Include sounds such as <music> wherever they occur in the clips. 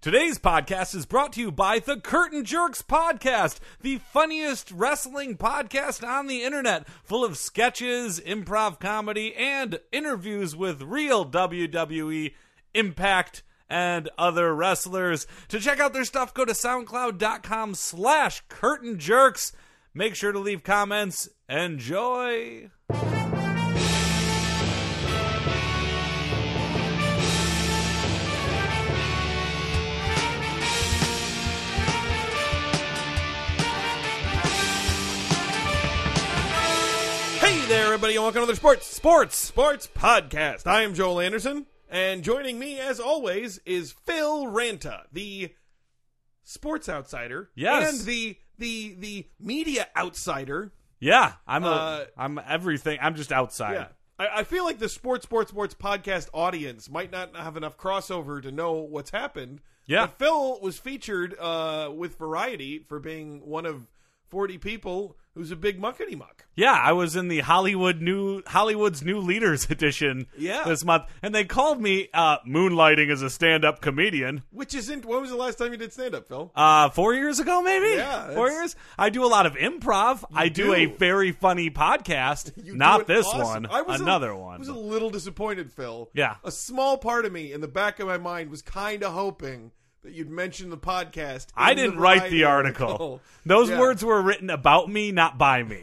Today's podcast is brought to you by the Curtain Jerks Podcast, the funniest wrestling podcast on the internet, full of sketches, improv comedy, and interviews with real WWE, Impact, and other wrestlers. To check out their stuff, go to soundcloud.com slash curtain jerks. Make sure to leave comments. Enjoy. Hey there, everybody, and welcome to the Sports Sports Sports Podcast. I am Joel Anderson, and joining me, as always, is Phil Ranta, the sports outsider, Yes. and the the the media outsider. Yeah, I'm a, Uh, am everything. I'm just outside. Yeah, I, I feel like the Sports Sports Sports Podcast audience might not have enough crossover to know what's happened. Yeah. but Phil was featured uh, with Variety for being one of forty people who's a big muckety muck. Yeah, I was in the Hollywood new Hollywood's new leaders <laughs> edition Yeah. this month, and they called me uh, moonlighting as a stand-up comedian. Which isn't. When was the last time you did stand up, Phil? Uh, four years ago, maybe. Yeah, four it's- years. I do a lot of improv. I do, do. a very funny podcast. <laughs> You Not do an this awesome- one. I was a- another I one. was a little disappointed, Phil. Yeah. A small part of me in the back of my mind was kind of hoping that you'd mention the podcast. in I the didn't write Variety the article. <laughs> Those Yeah. words were written about me, not by <laughs> me.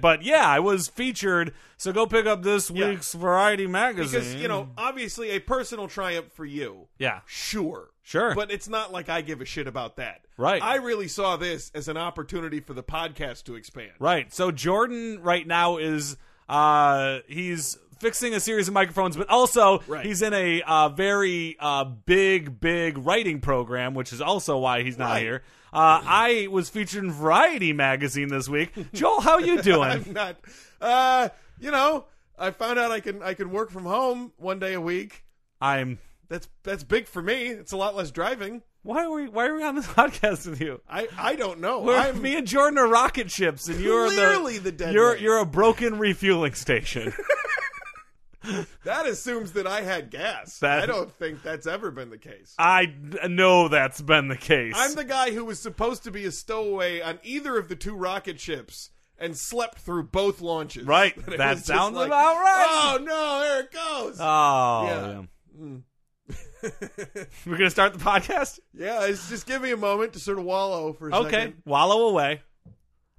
but yeah, I was featured. So go pick up this Yeah. week's Variety magazine. Because, you know, obviously a personal triumph for you. yeah, Sure. Sure. But it's not like I give a shit about that. Right. I really saw this as an opportunity for the podcast to expand. Right. So Jordan right now is uh he's fixing a series of microphones, but also Right. he's in a uh, very uh big big writing program, which is also why he's not Right. here. Uh, I was featured in Variety magazine this week. <laughs> Joel, how you doing? <laughs> I'm not. Uh, you know, I found out I can I can work from home one day a week. I'm. That's that's big for me. It's a lot less driving. Why are we? Why are we on this <laughs> podcast with you? I, I don't know. We're- I'm me and Jordan are rocket ships, and you're Clearly the dead You're man. you're a broken refueling station. <laughs> that assumes that I had gas. That- I don't think that's ever been the case. I d- know that's been the case. I'm the guy who was supposed to be a stowaway on either of the two rocket ships and slept through both launches. Right. <laughs> And it That was just sounds about right. Oh no, there it goes. oh, Yeah. Mm. yeah. <laughs> We're gonna start the podcast. yeah, it's just give me a moment to sort of wallow for a Okay, second. wallow away.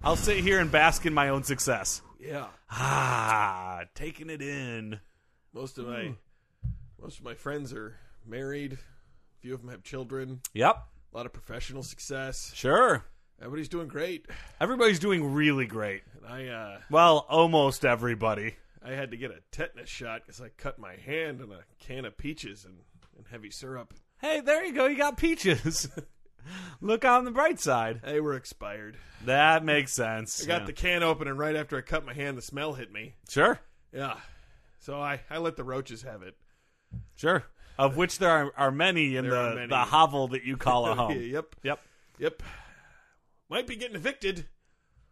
I'll sit here and bask in my own success. Yeah. Ah, taking it in. Most of my Hmm. most of my friends are married. A few of them have children. Yep, A lot of professional success. sure. Everybody's doing great. Everybody's doing really great. And I uh Well, almost everybody. I had to get a tetanus shot because I cut my hand on a can of peaches and, and heavy syrup. Hey, there you go. You got peaches. <laughs> Look on the bright side. They were expired. That makes sense. I got Yeah. the can open, and right after I cut my hand, the smell hit me. sure, Yeah. So I, I let the roaches have it. sure. Of which there are, are many in There the are many. the hovel that you call <laughs> a home. yep. Yep. Yep. Might be getting evicted.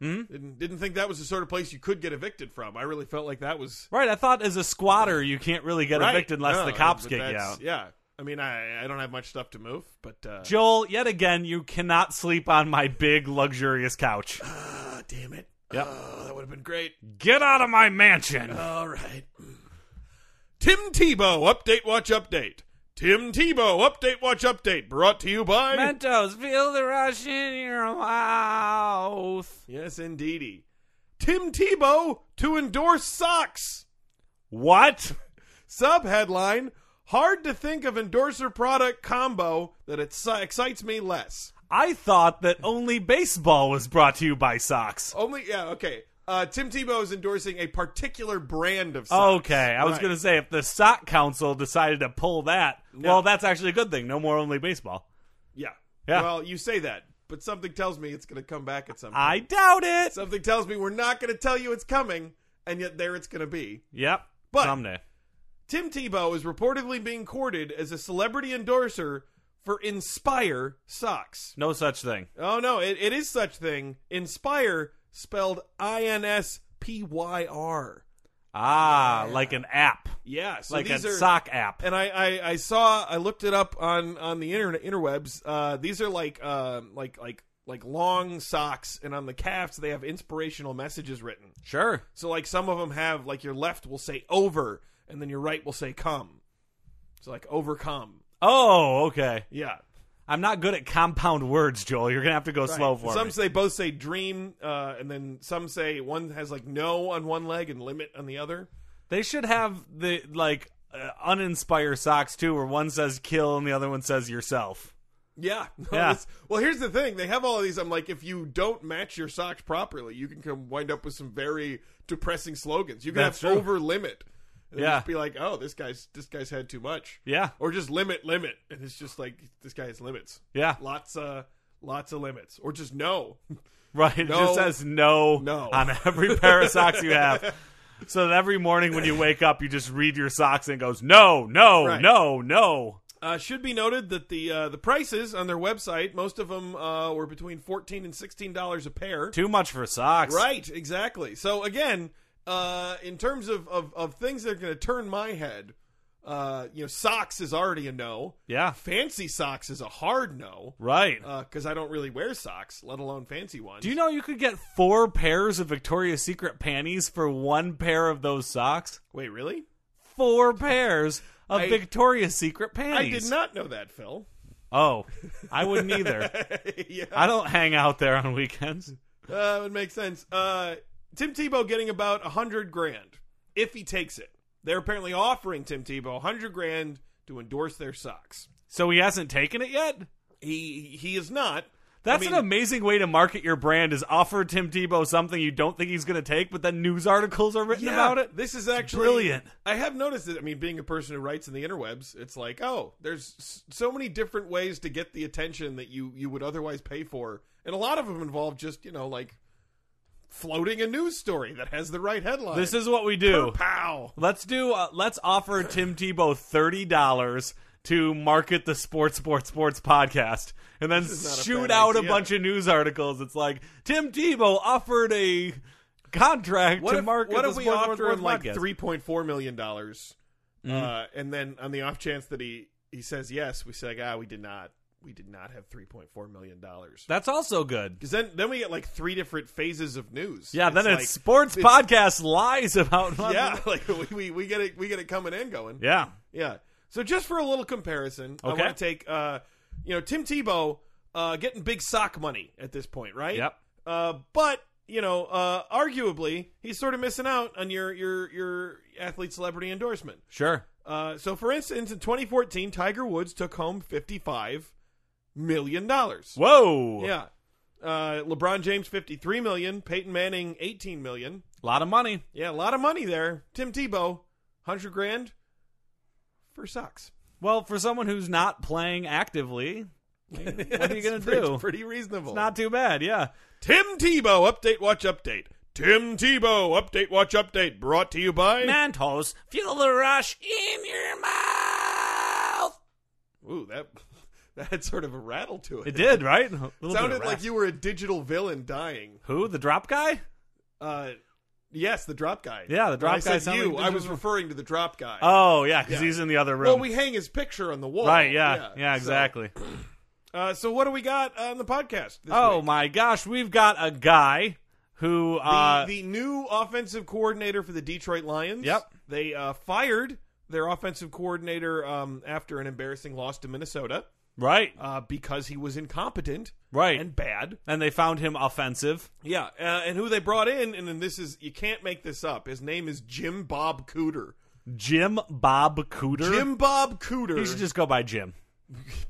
Hmm? Didn't, didn't think that was the sort of place you could get evicted from. I really felt like that was. Right. I thought as a squatter you can't really get Right. evicted unless No, the cops but get you that's- out. Yeah. I mean, I, I don't have much stuff to move, but. Uh, Joel, yet again, you cannot sleep on my big, luxurious couch. Ah, <sighs> damn it. Yep. Oh, that would have been great. Get out of my mansion. All right. Tim Tebow update watch update. Tim Tebow update watch update brought to you by Mentos, feel the rush in your mouth. Yes indeedy. Tim Tebow to endorse socks. What? Sub headline Hard to think of endorser product combo that exci- excites me less. I thought that only baseball was brought to you by socks. Only yeah, okay. Uh, Tim Tebow is endorsing a particular brand of socks. Okay, I was Right. going to say if the sock council decided to pull that, well, that's actually a good thing. No more only baseball. Yeah. Yeah. Well, you say that, but something tells me it's going to come back at some point. I doubt it. Something tells me we're not going to tell you it's coming, and yet there it's going to be. Yep. But- someday. Tim Tebow is reportedly being courted as a celebrity endorser for Inspire socks. No such thing. Oh no, it, it is such thing. Inspire spelled I N S P Y R. Ah, like an app, Yeah, so like a these are, sock app. and I, I I saw I looked it up on on the internet interwebs. Uh, these are like uh, like like like long socks, and on the calves they have inspirational messages written. Sure. So like some of them have like your left will say over, and then your right will say come. So like overcome. Oh, okay. Yeah. I'm not good at compound words, Joel. You're gonna have to go slow for some me. say both say dream, uh, and then some say one has like no on one leg and limit on the other. They should have the like uh, uninspire socks too, where one says kill and the other one says yourself. Yeah. <laughs> Yeah. well, here's the thing. They have all of these. I'm like, if you don't match your socks properly, you can come wind up with some very depressing slogans. You can That's have true. over limit. And Yeah. Just be like, oh, this guy's this guy's had too much, Yeah, or just limit, limit, and it's just like this guy has limits. yeah, <laughs> Lots of lots of limits, or just no. right. It No. just says no, No. on every pair of socks you <laughs> have. So that every morning when you wake up, you just read your socks and it goes no, no, Right. no, no. Uh, should be noted that the uh, the prices on their website, most of them uh, were between fourteen and sixteen dollars a pair. Too much for socks. Right, exactly. So again, uh, in terms of, of, of things that are going to turn my head, uh, you know, socks is already a no. Yeah. Fancy socks is a hard no Right. because I don't really wear socks, let alone fancy ones. Do you know you could get four pairs of Victoria's Secret panties for one pair of those socks? Wait, really? Four pairs of I- Victoria's Secret I panties. did not know that, Phil. <laughs> Oh, I wouldn't either. yeah, I don't hang out there on weekends. uh, it would make sense. Uh, Tim Tebow getting about a hundred grand if he takes it. They're apparently offering Tim Tebow a hundred grand to endorse their socks. So he hasn't taken it yet? He he is not. That's I mean, an amazing way to market your brand is offer Tim Tebow something you don't think he's going to take, but then news articles are written Yeah, about it. This is actually brilliant. I have noticed that. I mean, being a person who writes in the interwebs, it's like, oh, there's s- so many different ways to get the attention that you you would otherwise pay for, and a lot of them involve just you know like floating a news story that has the right headline. This is what we do. pow. Let's do. Uh, let's offer Tim Tebow thirty dollars to market the sports, sports, sports podcast, and then is not a shoot bad out idea. a bunch of news articles. It's like Tim Tebow offered a contract What to if, market what the if we sports, offer sports, sports him like podcast. three point four million dollars, Mm-hmm. uh, and then on the off chance that he he says yes, we say like, ah, we did not, we did not have three point four million dollars. That's also good. Because then, then we get like three different phases of news. Yeah, then it's, like- sports it's- podcast lies about. Yeah, <laughs> like we, we, we get it we get it coming and going. <laughs> yeah. Yeah. So just for a little comparison, I Okay. want to take uh you know Tim Tebow uh getting big sock money at this point, right? Yep. Uh but you know, uh arguably he's sort of missing out on your your your athlete celebrity endorsement. Sure. Uh so for instance in 2014 Tiger Woods took home 55 million dollars. Whoa. Yeah. Uh LeBron James 53 million, Peyton Manning 18 million. A lot of money. Yeah, a lot of money there. Tim Tebow, hundred grand for socks. Well, for someone who's not playing actively, what are you It's going to pretty- do? Pretty reasonable. Not too bad, yeah. Tim Tebow update. Watch update. Tim Tebow update. Watch update. Brought to you by. Mantos, feel the rush in your mouth. Ooh, that <laughs> that had sort of a rattle to it. It did, right? A little bit of sounded like rasp. you were a digital villain dying. Who? The drop guy? Uh, yes, the drop guy. Yeah, the drop When I guy said sounded You, like a I was digital- referring to the drop guy. Oh, yeah, because Yeah. he's in the other room. well, we hang his picture on the wall. right, yeah. Yeah, so- exactly. uh, so, what do we got on the podcast? This Oh, week? my gosh. We've got a guy who. Uh, the, the new offensive coordinator for the Detroit Lions. Yep. They uh, fired their offensive coordinator um, after an embarrassing loss to Minnesota right, uh, because he was incompetent right. And, and bad. they found him offensive. Yeah. Uh, and who they brought in, and then this is, you can't make this up. His name is Jim Bob Cooter. Jim Bob Cooter. Jim Bob You should Cooter. just go by Jim.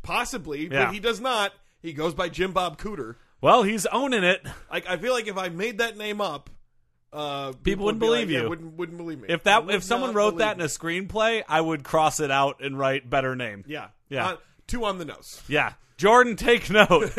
possibly, Yeah. but he does not. He goes by Jim Bob Cooter. Well, he's owning it. Like, I feel like if I made that name up, uh, people, wouldn't would be believe like, yeah, you. wouldn't, wouldn't believe me. If They that would if someone not wrote believe that in me. a screenplay, I would cross it out and write better name. Yeah. Yeah. Uh, two on the nose. Yeah. Jordan, take <laughs> note.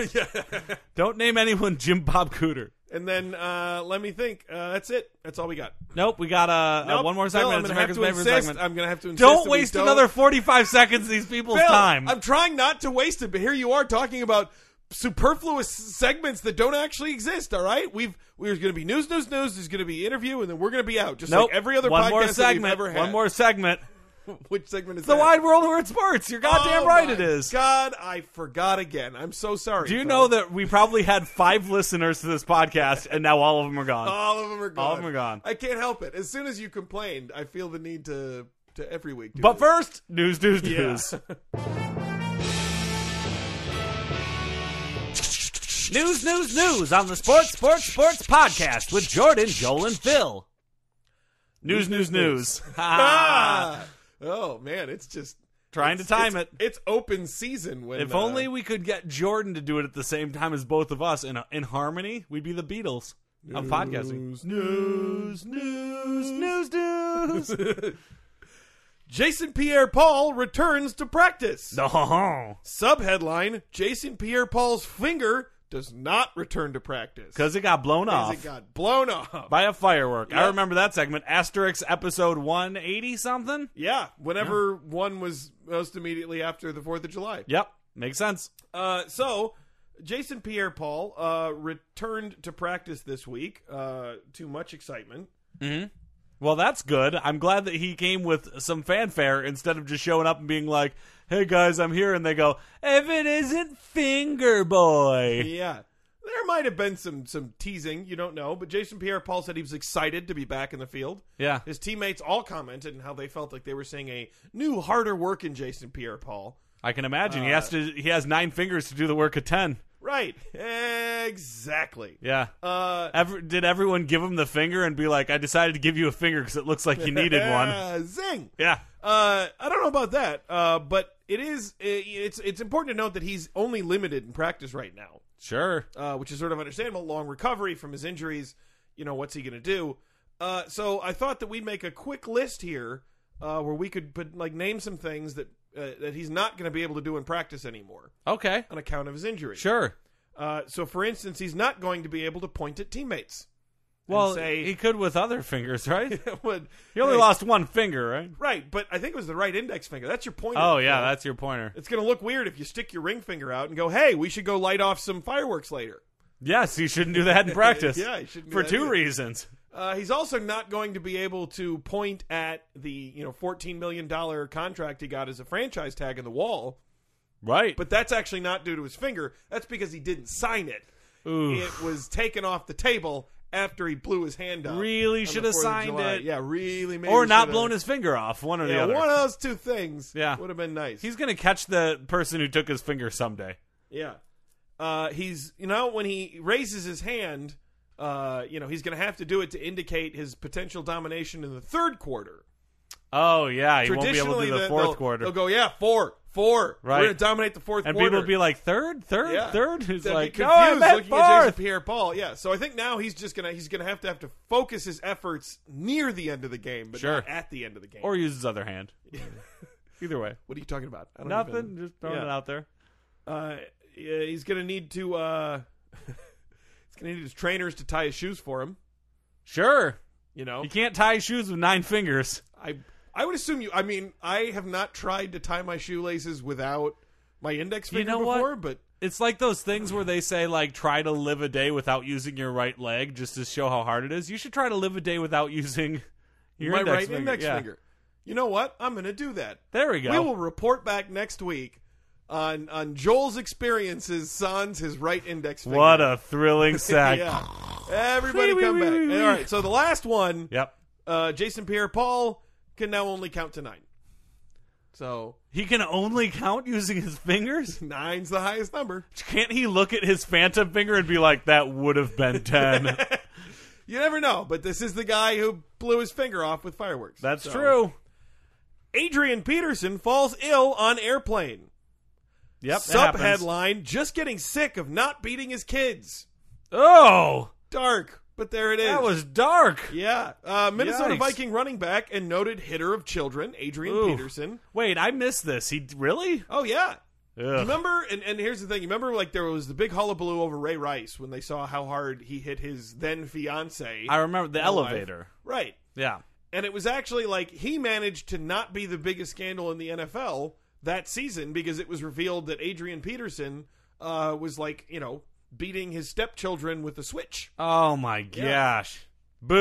Don't name anyone Jim Bob Cooter. And then uh, let me think. Uh, that's it. That's all we got. Nope, we got uh, uh, Nope. one more Phil, segment. I'm it's gonna have America's to favorite insist. segment. I'm gonna have to insist. Don't that we waste don't- another 45 seconds of these people's Phil, time. I'm trying not to waste it, but here you are talking about superfluous segments that don't actually exist. All right, we've there's going to be news, news, news. There's going to be interview, and then we're going to be out. Just Nope. like every other one podcast more that we've segment. ever had. One more segment. <laughs> Which segment is The that? wide world of sports. You're goddamn Oh right. my It is. God, I forgot again. I'm so sorry. Do you Phil. know that we probably had five listeners to this podcast, and now all of them are gone? all of them are gone? All of them are gone. I can't help it. As soon as you complained, I feel the need to to every week. Do but this. first, news, news, <laughs> news. News, news, news on the Sports, Sports, Sports podcast with Jordan, Joel, and Phil. News, news, news. Ah, ah, <laughs> oh man, it's just <laughs> Trying to time it's- it. It's open season. When If uh, only we could get Jordan to do it at the same time as both of us in in harmony, we'd be the Beatles on podcasting. News, news, news, news, news. <laughs> Jason Pierre Paul returns to practice. <laughs> No, Subheadline Jason Pierre Paul's finger does not return to practice. because it got blown Because off it got blown off. by a firework. I Yep. remember that segment. Asterix episode one eighty something. Yeah, whenever one was most immediately after the 4th of July. Yep, makes sense. Uh, so, Jason Pierre Paul uh, returned to practice this week uh, to much excitement. Well, that's good. I'm glad that he came with some fanfare instead of just showing up and being like, "Hey guys, I'm here," and they go, "If it isn't Finger Boy." Yeah. There might have been some some teasing, you don't know, but Jason Pierre Paul said he was excited to be back in the field. Yeah. His teammates all commented on how they felt like they were seeing a new, harder work in Jason Pierre Paul. I can imagine he has Uh. to. He has nine fingers to do the work of ten. Right. Exactly. Yeah. Uh, Every, did everyone give him the finger and be like, "I decided to give you a finger because it looks like you <laughs> needed one"? Zing. Yeah. Uh, I don't know about that, uh, but it is it, it's it's important to note that he's only limited in practice right now, Sure. uh, which is sort of understandable. Long recovery from his injuries, you know, what's he going to do? Uh, so I thought that we'd make a quick list here uh, where we could put, like name some things that uh, that he's not going to be able to do in practice anymore Okay. on account of his injury. Sure. Uh, so, for instance, he's not going to be able to point at teammates. <laughs> and Well, say, he could with other fingers, right? <laughs> would, He only hey, lost one finger, right? <laughs> Right, but I think it was the right index finger. That's your pointer. Oh yeah, Phil. that's your pointer. It's going to look weird if you stick your ring finger out and go, "Hey, we should go light off some fireworks later." Yes, you shouldn't do <laughs> that in practice. Yeah, you shouldn't do for that two either. reasons. Uh, he's also not going to be able to point at the you know fourteen million dollar contract he got as a franchise tag in the wall, Right. but that's actually not due to his finger. That's because he didn't sign it. Ooh. It was taken off the table after he blew his hand up. Really on the should have 4th of signed July. it. Yeah, really. Maybe or not should blown have- his finger off, one or the Yeah, other. one of those two things. Yeah. would have been nice. He's going to catch the person who took his finger someday. Yeah. Uh, he's, you know, when he raises his hand, uh, you know, he's going to have to do it to indicate his potential domination in the third quarter. Oh, yeah. He won't be able to Traditionally, do the they- fourth they'll- quarter. They'll go, yeah, four, four. Right. We're going to dominate the fourth and quarter. people will be like, third, third, Yeah. third? Who's They'll like, be no, I confused meant looking at Jason fourth. Pierre-Paul. Yeah, so I think now he's just gonna he's gonna have to have to focus his efforts near the end of the game, but Sure. not at the end of the game. Or use his other hand. <laughs> Either way. what are you talking about? I don't Nothing. even- Just throwing Yeah. it out there. uh, yeah, he's gonna need to uh, <laughs> he's gonna need his trainers to tie his shoes for him. Sure. You know, You can't tie shoes with nine fingers. I I would assume you. I mean, I have not tried to tie my shoelaces without my index You finger know what? before, but It's like those things where they say, like, try to live a day without using your right leg just to show how hard it is. You should try to live a day without using <laughs> your my index right finger. index Yeah. finger. You know what? I'm going to do that. There we go. We will report back next week on on Joel's experiences sans his right index finger. What a <laughs> thrilling sack. yeah. Everybody come back. All right. So the last one, Yep. uh, Jason Pierre-Paul can now only count to nine. So He can only count using his fingers? nine's the highest number. Can't he look at his phantom finger and be like, that would have <laughs> been 10? You never know, but this is the guy who blew his finger off with fireworks. That's So- true. Adrian Peterson falls ill on airplane. Yep. it Sub happens. headline: Just getting sick of not beating his kids. Oh, Dark, but there it is. that was dark. yeah. Uh, Minnesota Yikes. Viking running back and noted hitter of children, Adrian Ooh. Peterson. Wait, I missed this. He really? Oh yeah. You Ugh. Remember, and, and here's the thing. You remember, like there was the big hullabaloo over Ray Rice when they saw how hard he hit his then fiance. I remember the Alive. elevator. right. Yeah. And it was actually like he managed to not be the biggest scandal in the NFL that season because it was revealed that Adrian Peterson uh, was like, you know, beating his stepchildren with a switch. Oh my gosh.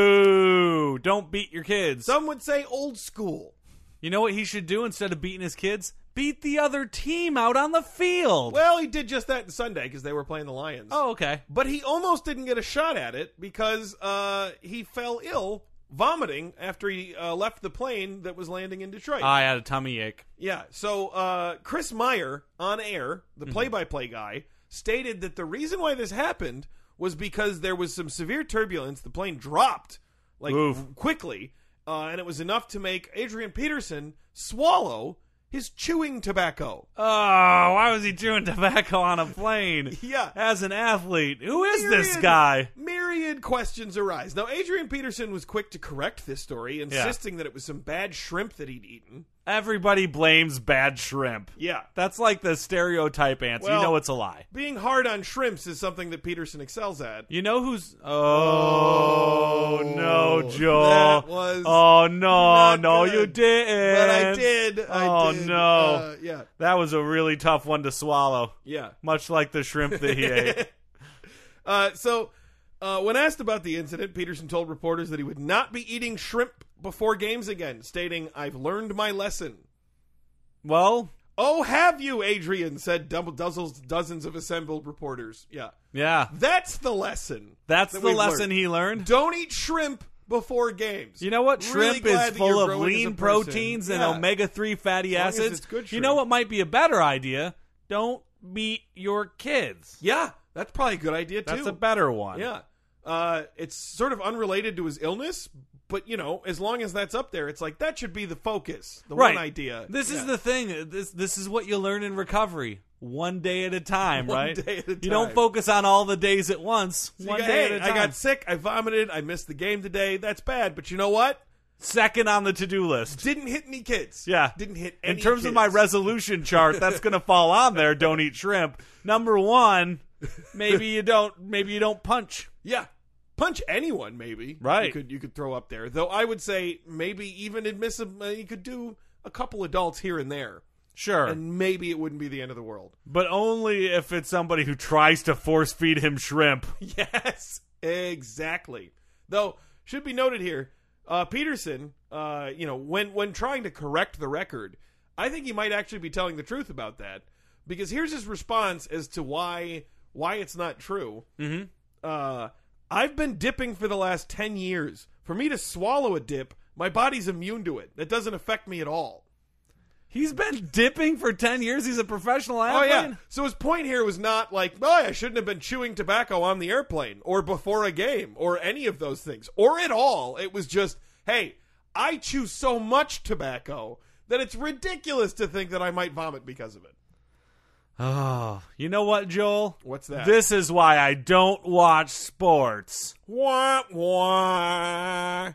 Boo! Don't beat your kids. Some would say old school. you know what he should do instead of beating his kids? Beat the other team out on the field. Well, he did just that on Sunday because they were playing the Lions. Oh, okay. But he almost didn't get a shot at it because uh, he fell ill, vomiting after he uh, left the plane that was landing in Detroit. I had a tummy ache. Yeah. So uh, Chris Meyer on air, the Mm-hmm. play-by-play guy, stated that the reason why this happened was because there was some severe turbulence. The plane dropped like Oof. quickly, uh, and it was enough to make Adrian Peterson swallow his chewing tobacco. <laughs> Oh, why was he chewing tobacco on a plane? Yeah. As an athlete. Who is this Myriad- guy? Myriad questions arise. Now, Adrian Peterson was quick to correct this story, insisting that it was some bad shrimp that he'd eaten. Everybody blames bad shrimp. Yeah. That's like the stereotype answer. Well- you know it's a lie. Being hard on shrimps is something that Peterson excels at. You know who's? Oh, Oh, no, Joel! that was oh no, not no, good. you didn't. But I did. I Oh, did. no. Uh, yeah. That was a really tough one to swallow. Yeah. Much like the shrimp that he <laughs> ate. Uh, so, uh, when asked about the incident, Peterson told reporters that he would not be eating shrimp before games again, stating, "I've learned my lesson." Well, Oh, have you, Adrian? Said double dozens, dozens of assembled reporters. Yeah, yeah, that's the lesson. that's That the we've lesson learned. he learned. Don't eat shrimp before games. You know what? Really Shrimp glad is that full you're of growing as a lean person. proteins and Yeah. omega three fatty long as acids. it's good you know shrimp. what might be a better idea? Don't beat your kids. Yeah, that's probably a good idea too. That's a better one. Yeah. Uh, it's sort of unrelated to his illness, but you know, as long as that's up there, it's like that should be the focus, the right one idea. This Yeah. is the thing. This this is what you learn in recovery. One day at a time, One right? day at a You time. don't focus on all the days at once. So you one got, day hey, at a time. I got sick. I vomited. I missed the game today. That's bad. But you know what? second on the to-do list. Didn't hit any kids. Yeah. Didn't hit any In terms of my kids. resolution chart, that's going to <laughs> fall on there. Don't eat shrimp. Number one, maybe you don't. Maybe you don't punch. Yeah. Punch anyone, maybe. You Right. could you could throw up there. Though I would say maybe even admissible. You could do a couple adults here and there, Sure, and maybe it wouldn't be the end of the world. but only if it's somebody who tries to force feed him shrimp. <laughs> Yes, exactly. Though should be noted here, uh, Peterson, uh, you know, when when trying to correct the record, I think he might actually be telling the truth about that because here's his response as to why why it's not true. Mm-hmm. Uh, I've been dipping for the last ten years. For me to swallow a dip, my body's immune to it. That doesn't affect me at all. He's been dipping for ten years. He's a professional Oh athlete. yeah. So his point here was not like, oh, I shouldn't have been chewing tobacco on the airplane or before a game or any of those things or at all. It was just, hey, I chew so much tobacco that it's ridiculous to think that I might vomit because of it. Oh, you know what, Joel? What's that? This is why I don't watch sports. Wah wah.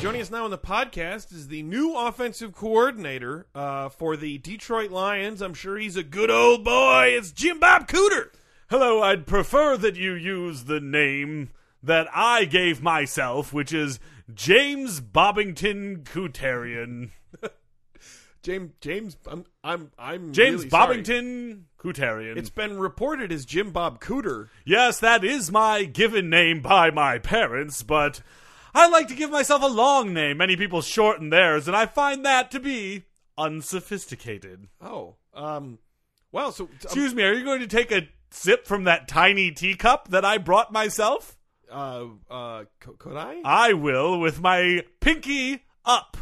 Joining us now on the podcast is the new offensive coordinator uh, for the Detroit Lions. I'm sure he's a good old boy. It's Jim Bob Cooter. Hello, I'd prefer that you use the name that I gave myself, which is James Bobbington Kuterian. James James I'm I'm I'm James really sorry. Bobbington Kuterian. It's been reported as Jim Bob Cooter. yes, that is my given name by my parents, but I like to give myself a long name. Many people shorten theirs, and I find that to be unsophisticated. Oh. Um well, so um, Excuse me, are you going to take a sip from that tiny teacup that I brought myself? uh uh c- could I? I will with my pinky up.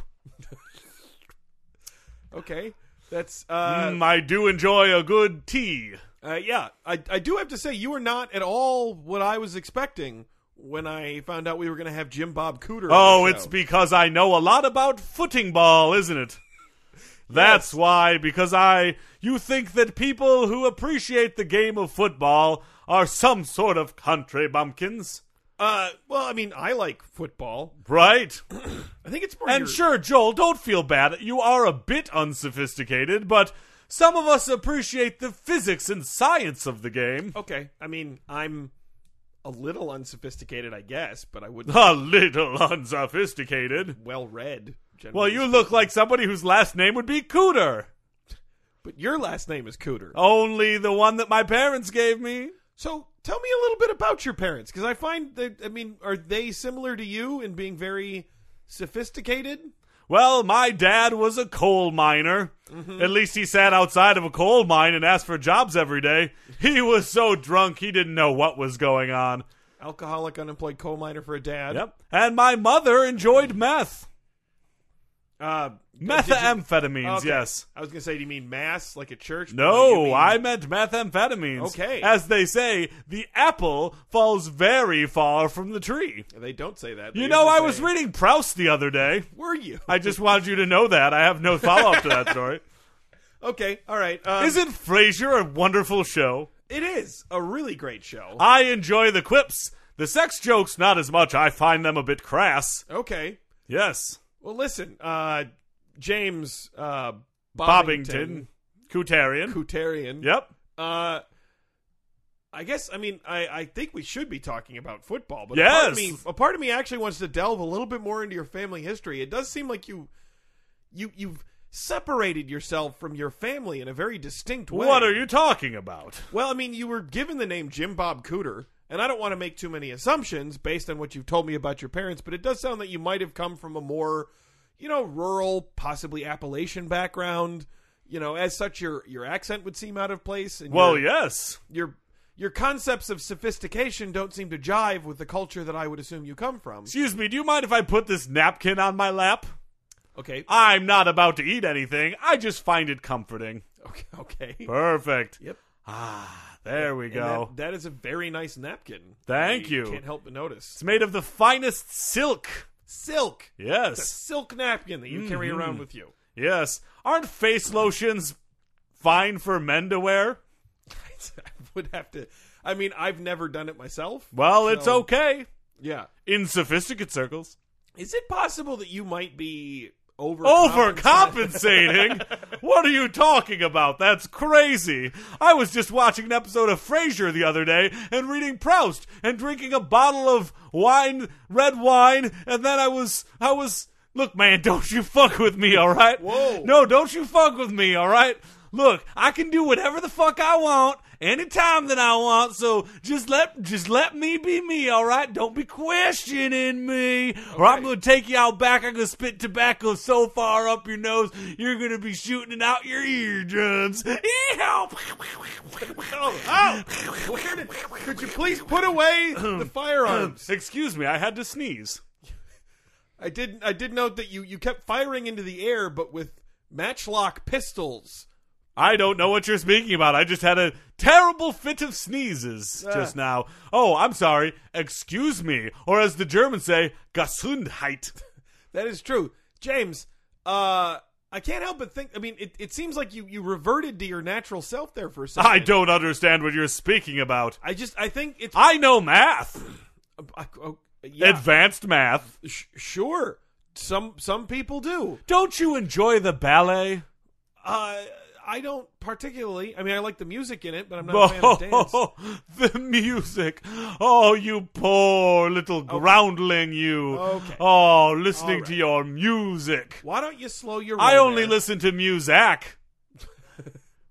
Okay. That's uh, Mm, I do enjoy a good tea. uh yeah, I I do have to say you were not at all what I was expecting when I found out we were going to have Jim Bob Cooter. on Oh, the it's show. because I know a lot about footing ball, isn't it? That's why, because I. You think that people who appreciate the game of football are some sort of country bumpkins, uh well, I mean, I like football. right? I think it's more And your- sure, Joel, don't feel bad. You are a bit unsophisticated, but some of us appreciate the physics and science of the game. Okay. I mean, I'm a little unsophisticated, I guess, but I <laughs> wouldn't A little unsophisticated. well read. Well, you look like somebody whose last name would be Cooter. Your last name is Cooter. Only the one that my parents gave me. So tell me a little bit about your parents, because I find that I mean, are they similar to you in being very sophisticated? Well, my dad was a coal miner. Mm-hmm. At least he sat outside of a coal mine and asked for jobs every day. He was so drunk he didn't know what was going on. Alcoholic, unemployed coal miner for a dad. Yep. And my mother enjoyed meth. Uh, Oh, did you- Oh, Methamphetamines, okay. yes. I was gonna say, do you mean mass, like at church? Or do you No, mean- I meant methamphetamines. Okay. As they say, the apple falls very far from the tree. They don't say that. You They know, usually I was say, reading Proust the other day. Were you? I just wanted you to know that. I have no follow up to that story. Okay, all right. <laughs> Um, Isn't Frasier a wonderful show? it is a really great show. I enjoy the quips. The sex jokes, not as much. I find them a bit crass. okay. Yes. Well, listen, uh, James uh, Bobbington. Bobbington, Kutarian. Coutarian. yep. Uh, I guess I mean I, I think we should be talking about football, but a part of Yes. me a part of me actually wants to delve a little bit more into your family history. It does seem like you you you've separated yourself from your family in a very distinct way. What are you talking about? Well, I mean, you were given the name Jim Bob Cooter, and I don't want to make too many assumptions based on what you've told me about your parents, but it does sound that you might have come from a more, you know, rural, possibly Appalachian background. You know, as such, your your accent would seem out of place. And Well, your, yes. your your concepts of sophistication don't seem to jive with the culture that I would assume you come from. Excuse me, do you mind if I put this napkin on my lap? Okay. I'm not about to eat anything. I just find it comforting. Okay. Okay. Perfect. Yep. Ah, there we And that- go. that is a very nice napkin. Thank you. Can't help but notice. It's made of the finest silk. Silk. It's a <laughs> Yes. silk napkin that you carry Mm-hmm. around with you. <laughs> Yes. Aren't face lotions fine for men to wear? I would have to. I mean, I've never done it myself. Well, it's So- okay Yeah. in sophisticated circles. Is it possible that you might be over Overcompensating? what are you talking about? That's crazy. I was just watching an episode of Frasier the other day and reading Proust and drinking a bottle of wine, red wine, and then I was, I was, look, man, <laughs> don't you fuck with me, all right? Whoa. No, don't you fuck with me, all right? Look, I can do whatever the fuck I want. Anytime that I want, so just let just let me be me, all right? Don't be questioning me, or I'm gonna Okay. gonna take you out back. I'm gonna spit tobacco so far up your nose, you're gonna be shooting it out your eardrums. Ew! Oh, oh! Could you please put away the firearms? Um, Excuse me, I had to sneeze. I did. I did note that you you kept firing into the air, but with matchlock pistols. I don't know what you're speaking about. I just had a terrible fit of sneezes Ah. just now. Oh, I'm sorry. Excuse me. Or as the Germans say, Gesundheit. That is true, James. Uh, I can't help but think. I mean, it, it seems like you you reverted to your natural self there for a second. <laughs> I don't understand what you're speaking about. I just. I think it's. I know math. I- oh, yeah, Advanced math. sh- sure. Some some people do. Don't you enjoy the ballet? Uh, I don't particularly. I mean, I like the music in it, but I'm not a fan of dance. <laughs> Oh, the music. Oh, you poor little groundling, you. Okay. Oh, listening All to right. your music. Why don't you slow your? I roll only there? listen to Muzak, <laughs>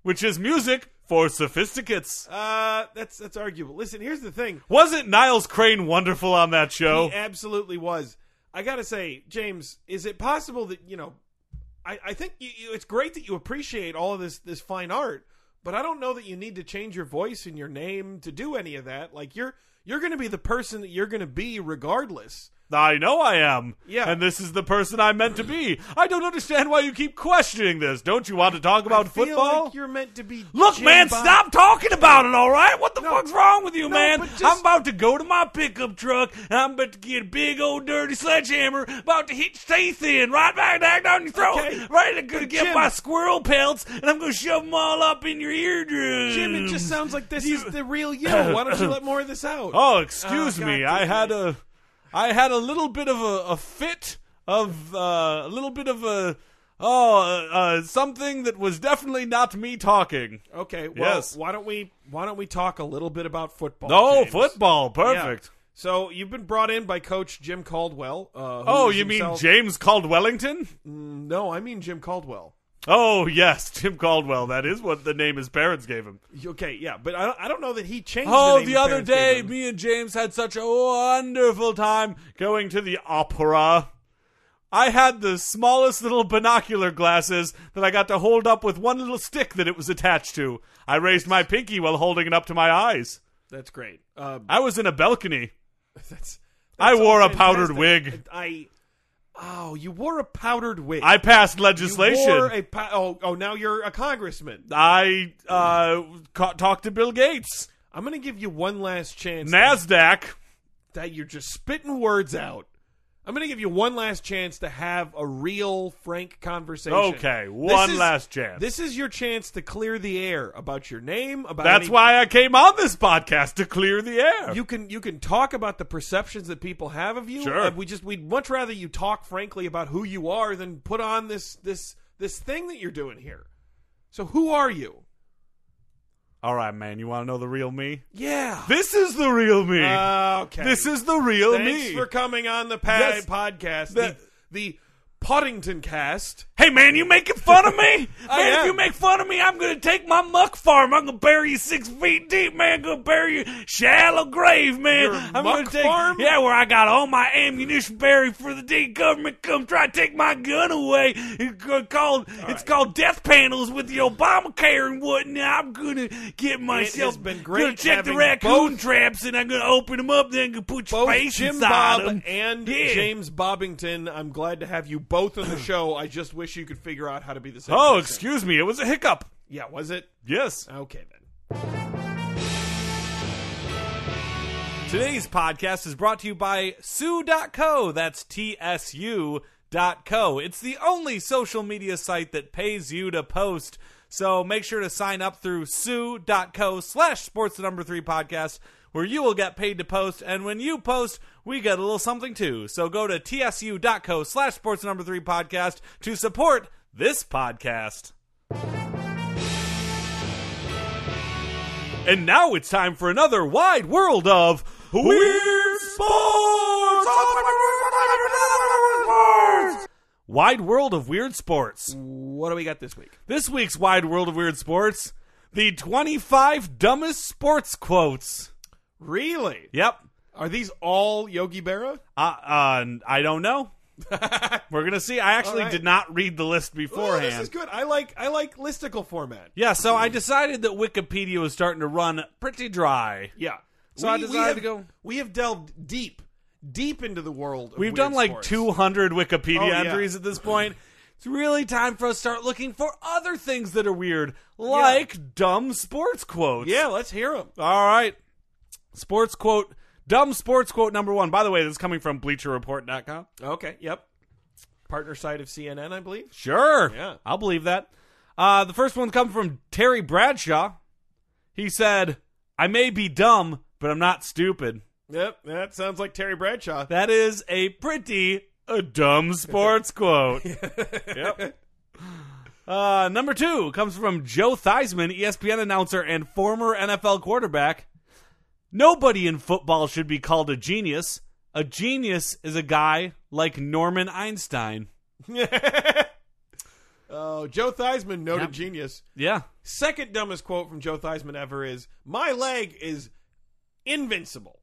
which is music for sophisticates. Uh, that's that's arguable. Listen, here's the thing. Wasn't Niles Crane wonderful on that show? He absolutely was. I gotta say, James, is it possible that you know? I, I think you, you, it's great that you appreciate all of this this fine art, but I don't know that you need to change your voice and your name to do any of that. Like you're you're gonna be the person that you're gonna be regardless. I know I am. Yeah. And this is the person I'm meant to be. I don't understand why you keep questioning this. Don't you want to talk about I feel football? like you're meant to be. Look, Jim man, Bob- stop talking about it, all right? What the fuck's wrong with you, No, man? but just- I'm about to go to my pickup truck, and I'm about to get a big old dirty sledgehammer, about to hit teeth in, right back back down your throat, Okay. right? I'm gonna get Jim- my squirrel pelts, and I'm gonna shove them all up in your eardrums. Jim, it just sounds like this is the <laughs> real you. Why don't you let more of this out? Oh, excuse Oh, me. God I damn had it. a, I had a little bit of a, a fit of uh, a little bit of a, oh, uh, uh, something that was definitely not me talking. Okay. Well, Yes. why don't we why don't we talk a little bit about football? No Oh, James? Oh, football, Yeah. perfect. So you've been brought in by Coach Jim Caldwell. Uh, who Oh, is you mean himself- James called Wellington? No, I mean Jim Caldwell. Oh yes, Tim Caldwell. That is what the name his parents gave him. Okay, yeah, but I don't, I don't know that he changed. Oh, name the his other parents gave day, him. me and James had such a wonderful time going to the opera. I had the smallest little binocular glasses that I got to hold up with one little stick that it was attached to. I raised my pinky while holding it up to my eyes. that's great. Uh, I was in a balcony. that's, <laughs> that's I wore all a powdered fantastic. I oh, you wore a powdered wig. I passed You legislation. wore a pow- oh, oh, now you're a congressman. I uh, ca- talked to Bill Gates. I'm gonna give you one last chance. NASDAQ. that you're just spitting words out. I'm going to give you one last chance to have a real, frank conversation. Okay, This one is- last chance. This is your chance to clear the air about your name. About That's any- why I came on this podcast to clear the air. you can you can talk about the perceptions that people have of you. Sure. And we just we'd much rather you talk frankly about who you are than put on this this this thing that you're doing here. So who are you? All right, man. You want to know the real me? Yeah. This is the real me. Uh, okay. This is the real Thanks me. for coming on the pa- Yes. podcast. The- the, the Poddington cast. hey, man, you making fun of <laughs> me? I man, if am. you make fun of me, I'm gonna take my muck farm. I'm gonna bury you six feet deep, man. Gonna bury you shallow grave, man. Your I'm gonna muck take farm? yeah, where I got all my ammunition buried for the day government come try to take my gun away. It's ca- called it's called death panels with the Obamacare and whatnot. I'm gonna get myself been great Gonna check the having raccoon traps and I'm gonna open them up. Then I'm gonna put your both face Jim inside Bob 'em. and Yeah. James Bobbington. I'm glad to have you <clears throat> both on the show. I just wish you could figure out how to be the same. Oh, person. excuse me. It was a hiccup. Yeah, was it? Yes. Okay then. Today's podcast is brought to you by Sue.co. That's T S U dot co. It's the only social media site that pays you to post. So make sure to sign up through Sue.co slash sports the number three podcast, where you will get paid to post. And when you post, we get a little something too. So go to TSU.co slash sports the number three podcast to support this podcast. And now it's time for another wide world of weird sports. Wide world of weird sports. What do we got this week? This week's wide world of weird sports: the 25 dumbest sports quotes. Really? Yep. Are these all Yogi Berra? Uh, uh, I don't <laughs> know. We're gonna see. I actually All right. did not read the list Oh, beforehand. this is good. I like I like listicle format. yeah, so I decided that Wikipedia was starting to run pretty dry. Yeah. So I decided have, to go- We have delved deep, deep into the world. Of We've weird done like sports. 200 Wikipedia Oh, yeah. entries at this point. It's really time for us to start looking for other things that are weird, like dumb sports quotes. Yeah, let's hear them. All right. Sports quote, dumb sports quote number one. By the way, this is coming from BleacherReport.com. Okay. Yep. Partner site of CNN, I believe. Sure. Yeah. I'll believe that. Uh, the first one comes from Terry Bradshaw. He said, I may be dumb, but I'm not stupid. Yep. That sounds like Terry Bradshaw. That is a pretty a dumb sports <laughs> quote. Yep. Uh, number two comes from Joe Theismann, E ESPN announcer and former NFL quarterback. Nobody in football should be called a genius. A genius is a guy like Norman Einstein. <laughs> Oh, Joe Theismann, noted genius. Yeah. Second dumbest quote from Joe Theismann ever is, "My leg is invincible."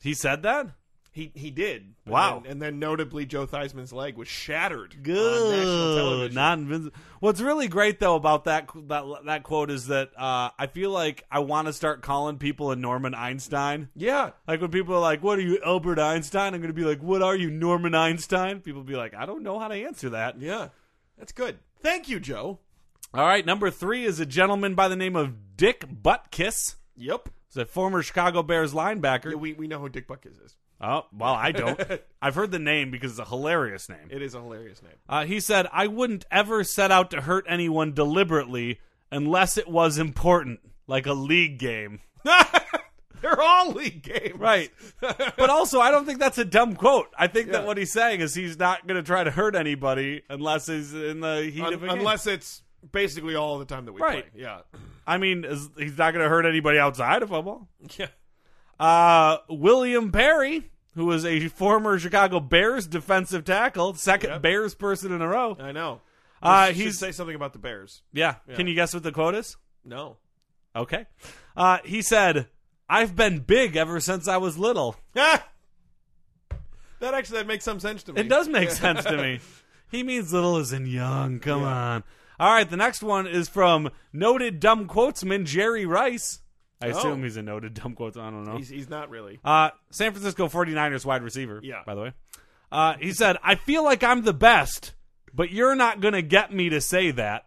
He said that? He he did. And Wow. then- And then, notably, Joe Theismann's leg was shattered on national Good. television. Not invincible. What's really great though about that that that quote is that uh, I feel like I want to start calling people a Norman Einstein. yeah. Like when people are like, "What are you, Albert Einstein?" I'm going to be like, "What are you, Norman Einstein?" People be like, "I don't know how to answer that." Yeah. That's good. Thank you, Joe. All right, number three is a gentleman by the name of Dick Buttkiss. Yep. He's a former Chicago Bears linebacker. Yeah, we we know who Dick Buckus is. Oh, well, I don't. <laughs> I've heard the name because it's a hilarious name. It is a hilarious name. <laughs> Uh, he said, I wouldn't ever set out to hurt anyone deliberately unless it was important, like a league <laughs> game. They're all league games, <laughs> Right. but also, I don't think that's a dumb quote. I think that Yeah. what he's saying is he's not going to try to hurt anybody unless he's in the heat Un- of a game. unless it's basically all the time that we Right. play. Yeah. <laughs> I mean, is, he's not going to hurt anybody outside of football. Yeah. Uh, William Perry, who was a former Chicago Bears defensive tackle, second Bears person in a row. I know. Uh, Should he's say something about the Bears. yeah. Yeah. Can you guess what the quote is? <laughs> No. Okay. Uh, he said, "I've been big ever since I was little." Ah! That actually that makes some sense to me. It does <laughs> make sense to me. He means little as in young. Come on. All right, the next one is from noted dumb quotesman Jerry Rice. I Oh. assume he's a noted dumb quotesman. I don't know. He's, he's not really. <laughs> Uh, San Francisco 49ers wide receiver, Yeah. by the way. Uh, he said, I feel like I'm the best, but you're not going to get me to say that.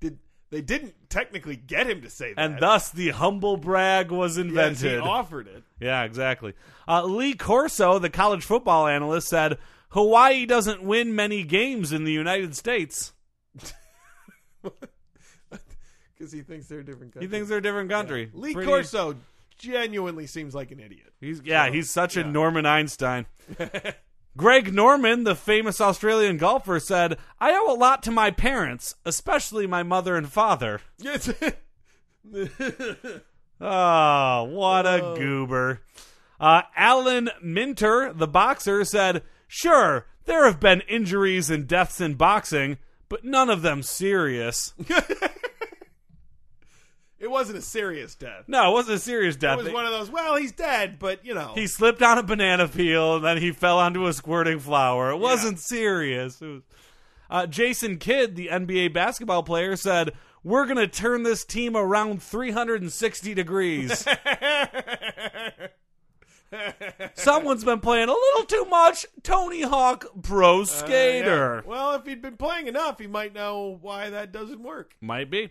Did they didn't technically get him to say that? And thus the humble brag was yes, he invented. offered it. Yeah, exactly. Uh, Lee Corso, the college football analyst, said Hawaii doesn't win many games in the United States. Because he thinks they're different He countries. thinks they're a different country. Lee Pretty- Corso genuinely seems like an idiot. He's yeah, <laughs> he's such a Norman Einstein. Greg Norman, the famous Australian golfer, said, "I owe a lot to my parents, especially my mother and father." Yes. Oh, what Whoa. a goober. Uh, Alan Minter, the boxer, said, Sure, there have been injuries and deaths in boxing, but none of them serious. <laughs> <laughs> it wasn't a serious death. No, it wasn't a serious death. It was one of those. Well, he's dead, but you know. he slipped on a banana peel and then he fell onto a squirting flower. It wasn't serious. It was- Uh, Jason Kidd, the NBA basketball player, said, We're going to turn this team around 360 <laughs> degrees. Someone's been playing a little too much Tony Hawk Pro Skater. Uh, Yeah. Well, if he'd been playing enough, he might know why that doesn't work. Might be.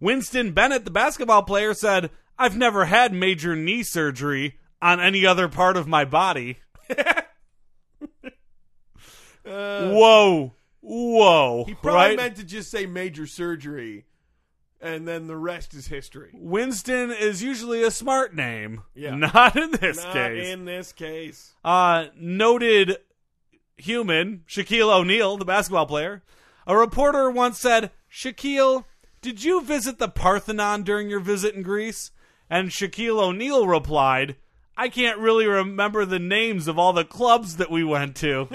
Winston Bennett, the basketball player, said, I've never had major knee surgery on any other part of my body. <laughs> Uh, Whoa. Whoa. he probably right? meant to just say major surgery, and then the rest is history. Winston is usually a smart name. Yeah. Not in this Not case. in this case. uh, noted human, Shaquille O'Neal, the basketball player. A reporter once said, Shaquille, did you visit the Parthenon during your visit in Greece? And Shaquille O'Neal replied, I can't really remember the names of all the clubs that we went to.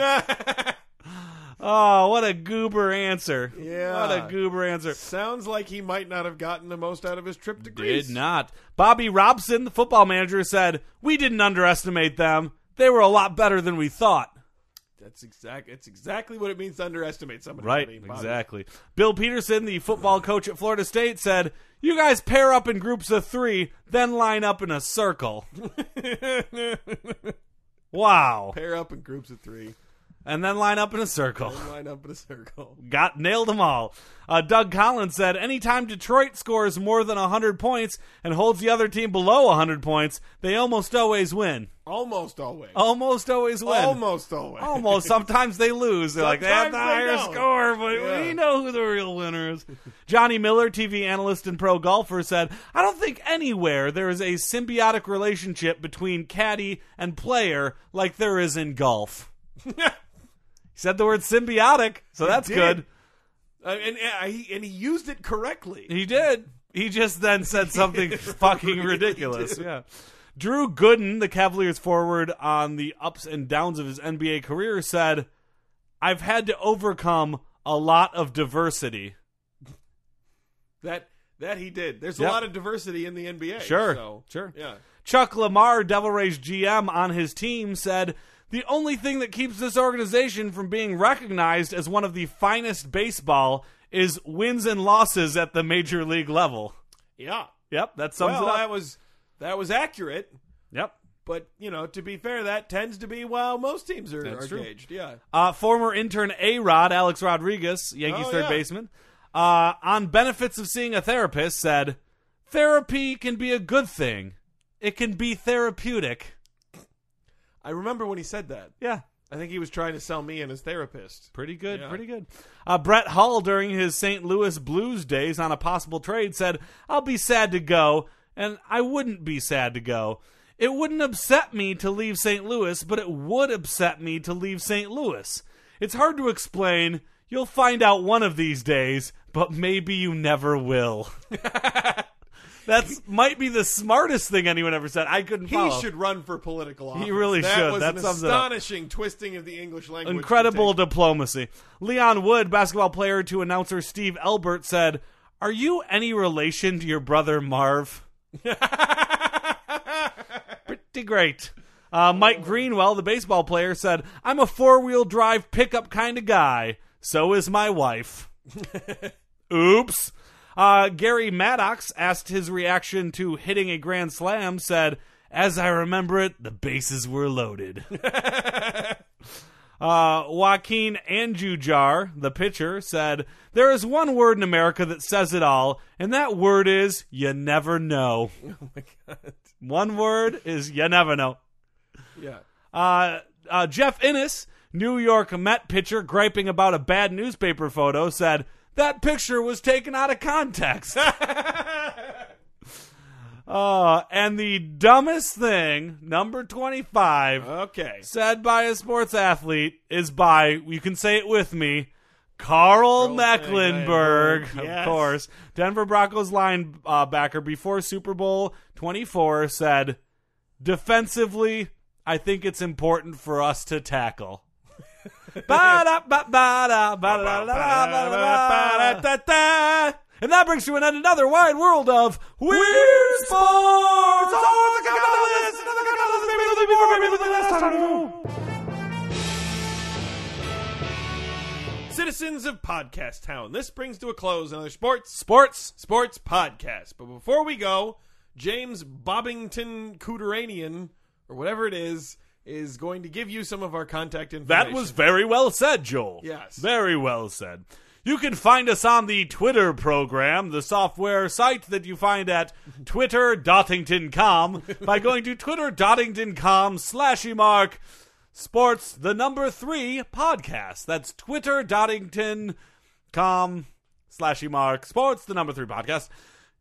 oh, what a goober answer. Yeah. What a goober answer. Sounds like he might not have gotten the most out of his trip to Greece. Did not. Bobby Robson, the football manager, said, We didn't underestimate them. They were a lot better than we thought. That's exact. It's exactly what it means to underestimate somebody. Right, buddy, Bobby. exactly. Bill Peterson, the football coach at Florida State, said, You guys pair up in groups of three, then line up in a <laughs> circle. wow. Pair up in groups of three, And then line up in a circle. line up in a circle. Got nailed them all. Uh, Doug Collins said, Anytime Detroit scores more than 100 points and holds the other team below 100 points, they almost always win. Almost always. Almost always win. Almost always. Almost. Sometimes they lose. They're like, they have the Sometimes they higher don't. score, but Yeah. we know who the real winner is. Johnny Miller, TV analyst and pro golfer, said, I don't think anywhere there is a symbiotic relationship between caddy and player like there is in golf. he said the word symbiotic, so that's did. good. <laughs> Uh, and, and he and he used it correctly. He did. He just then said something fucking ridiculous. Yeah. Drew Gooden, the Cavaliers forward on the ups and downs of his NBA career, said, I've had to overcome a lot of diversity. That that he did. There's Yep. a lot of diversity in the NBA. Sure, so- sure. Yeah. Chuck Lamar, Devil Rays GM on his team, said, The only thing that keeps this organization from being recognized as one of the finest baseball is wins and losses at the major league level. Yeah. Yep, that sums Well, it up. that was that was accurate. yep. But you know, to be fair, that tends to be well, most teams are, That's are true. gauged. Yeah. Uh, former intern A Rod, Alex Rodriguez, Yankees Oh, third yeah. baseman, uh, on benefits of seeing a therapist, said, Therapy can be a good thing. It can be therapeutic. I remember when he said that. Yeah. I think he was trying to sell me and his therapist. Pretty good, Yeah. pretty good. Uh, Brett Hull, during his St. Louis Blues days on a possible trade, said, I'll be sad to go, and I wouldn't be sad to go. It wouldn't upset me to leave St. Louis, but it would upset me to leave St. Louis. It's hard to explain. You'll find out one of these days, but maybe you never will. <laughs> That's might be the smartest thing anyone ever said. I couldn't He follow. should run for political office. really that should. Was That an sums it up. astonishing twisting of the English language. to Incredible take- diplomacy. Leon Wood, basketball player to announcer Steve Elbert, said, Are you any relation to your brother Marv? <laughs> Pretty great. Uh, Oh. Mike Greenwell, the baseball player, said, I'm a four wheel drive pickup kind of guy. So is my <laughs> wife. Oops. Uh, Gary Maddox asked his reaction to hitting a grand slam, said, As I remember it, the bases were loaded. Uh, Joaquin Anjujar, the pitcher, said, There is one word in America that says it all, and that word is you never know. <laughs> Oh my god. One word is you never know. Yeah. Uh, uh, Jeff Innes, New York Met pitcher, griping about a bad newspaper photo, said, That picture was taken out of <laughs> context. uh, and the dumbest thing, number 25, Okay. said by a sports athlete is by you can say it with me Carl Mecklenburg, Mecklenburg, of yes. course. Denver Broncos linebacker uh, backer before Super Bowl 24 said, "Defensively, I think it's important for us to tackle." Ba-da, ba- ba-da, ba-da, da- da- da- da- da- da- da- da- da. And that brings to an end another wide world of weird sports. Oh, the Cowboys! Another Cowboys! Maybe there'll be more, maybe there'll be less, I don't know. Citizens of Podcast Town. This brings to a close another sports Sports. sports podcast. But before we go, James Bobbington Cooteranian, or whatever it is, is going to give you some of our contact information. That was very well said, Joel. Yes. Very well said. You can find us on the Twitter program, the software site that you find at twitter.dottington.com by going to twitter.dottington.com slashy mark sports the number three podcast. That's twitter.dottington.com slashy mark sports the number three podcast.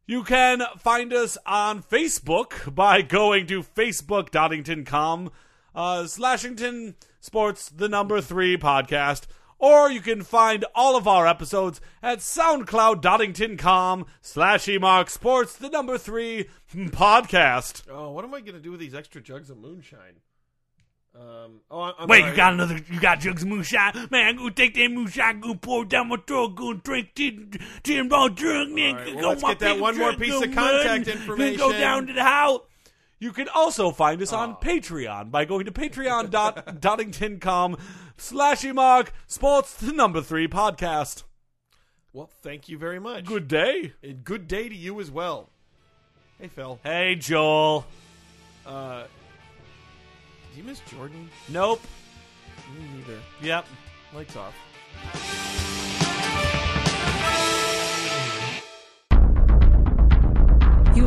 You can find us on Facebook by going to facebook.dottington.com uh, slashington sports the number three podcast. Or you can find all of our episodes at soundcloud.dottington.com slash emark sports the number three podcast. Oh, what am I going to do with these extra jugs of moonshine? Um, oh, I- I'm Wait, sorry. you got another, you got jugs of moonshine? Man, I'm gonna take that moonshine, gonna pour it down my throat, gonna drink ten, ten ball drunk, man. All right, go well, let's my get that big one more drink, piece go of contact run, information. Ah. Then go down to the house. You can also find us on Patreon by going to <laughs> patreon.dottington.com slash emark sports the number three podcast. Well, thank you very much. Good day. And good day to you as well. Hey, Phil. Hey, Joel. Uh, do you miss Jordan? Nope. Me neither. Yep. Lights off. You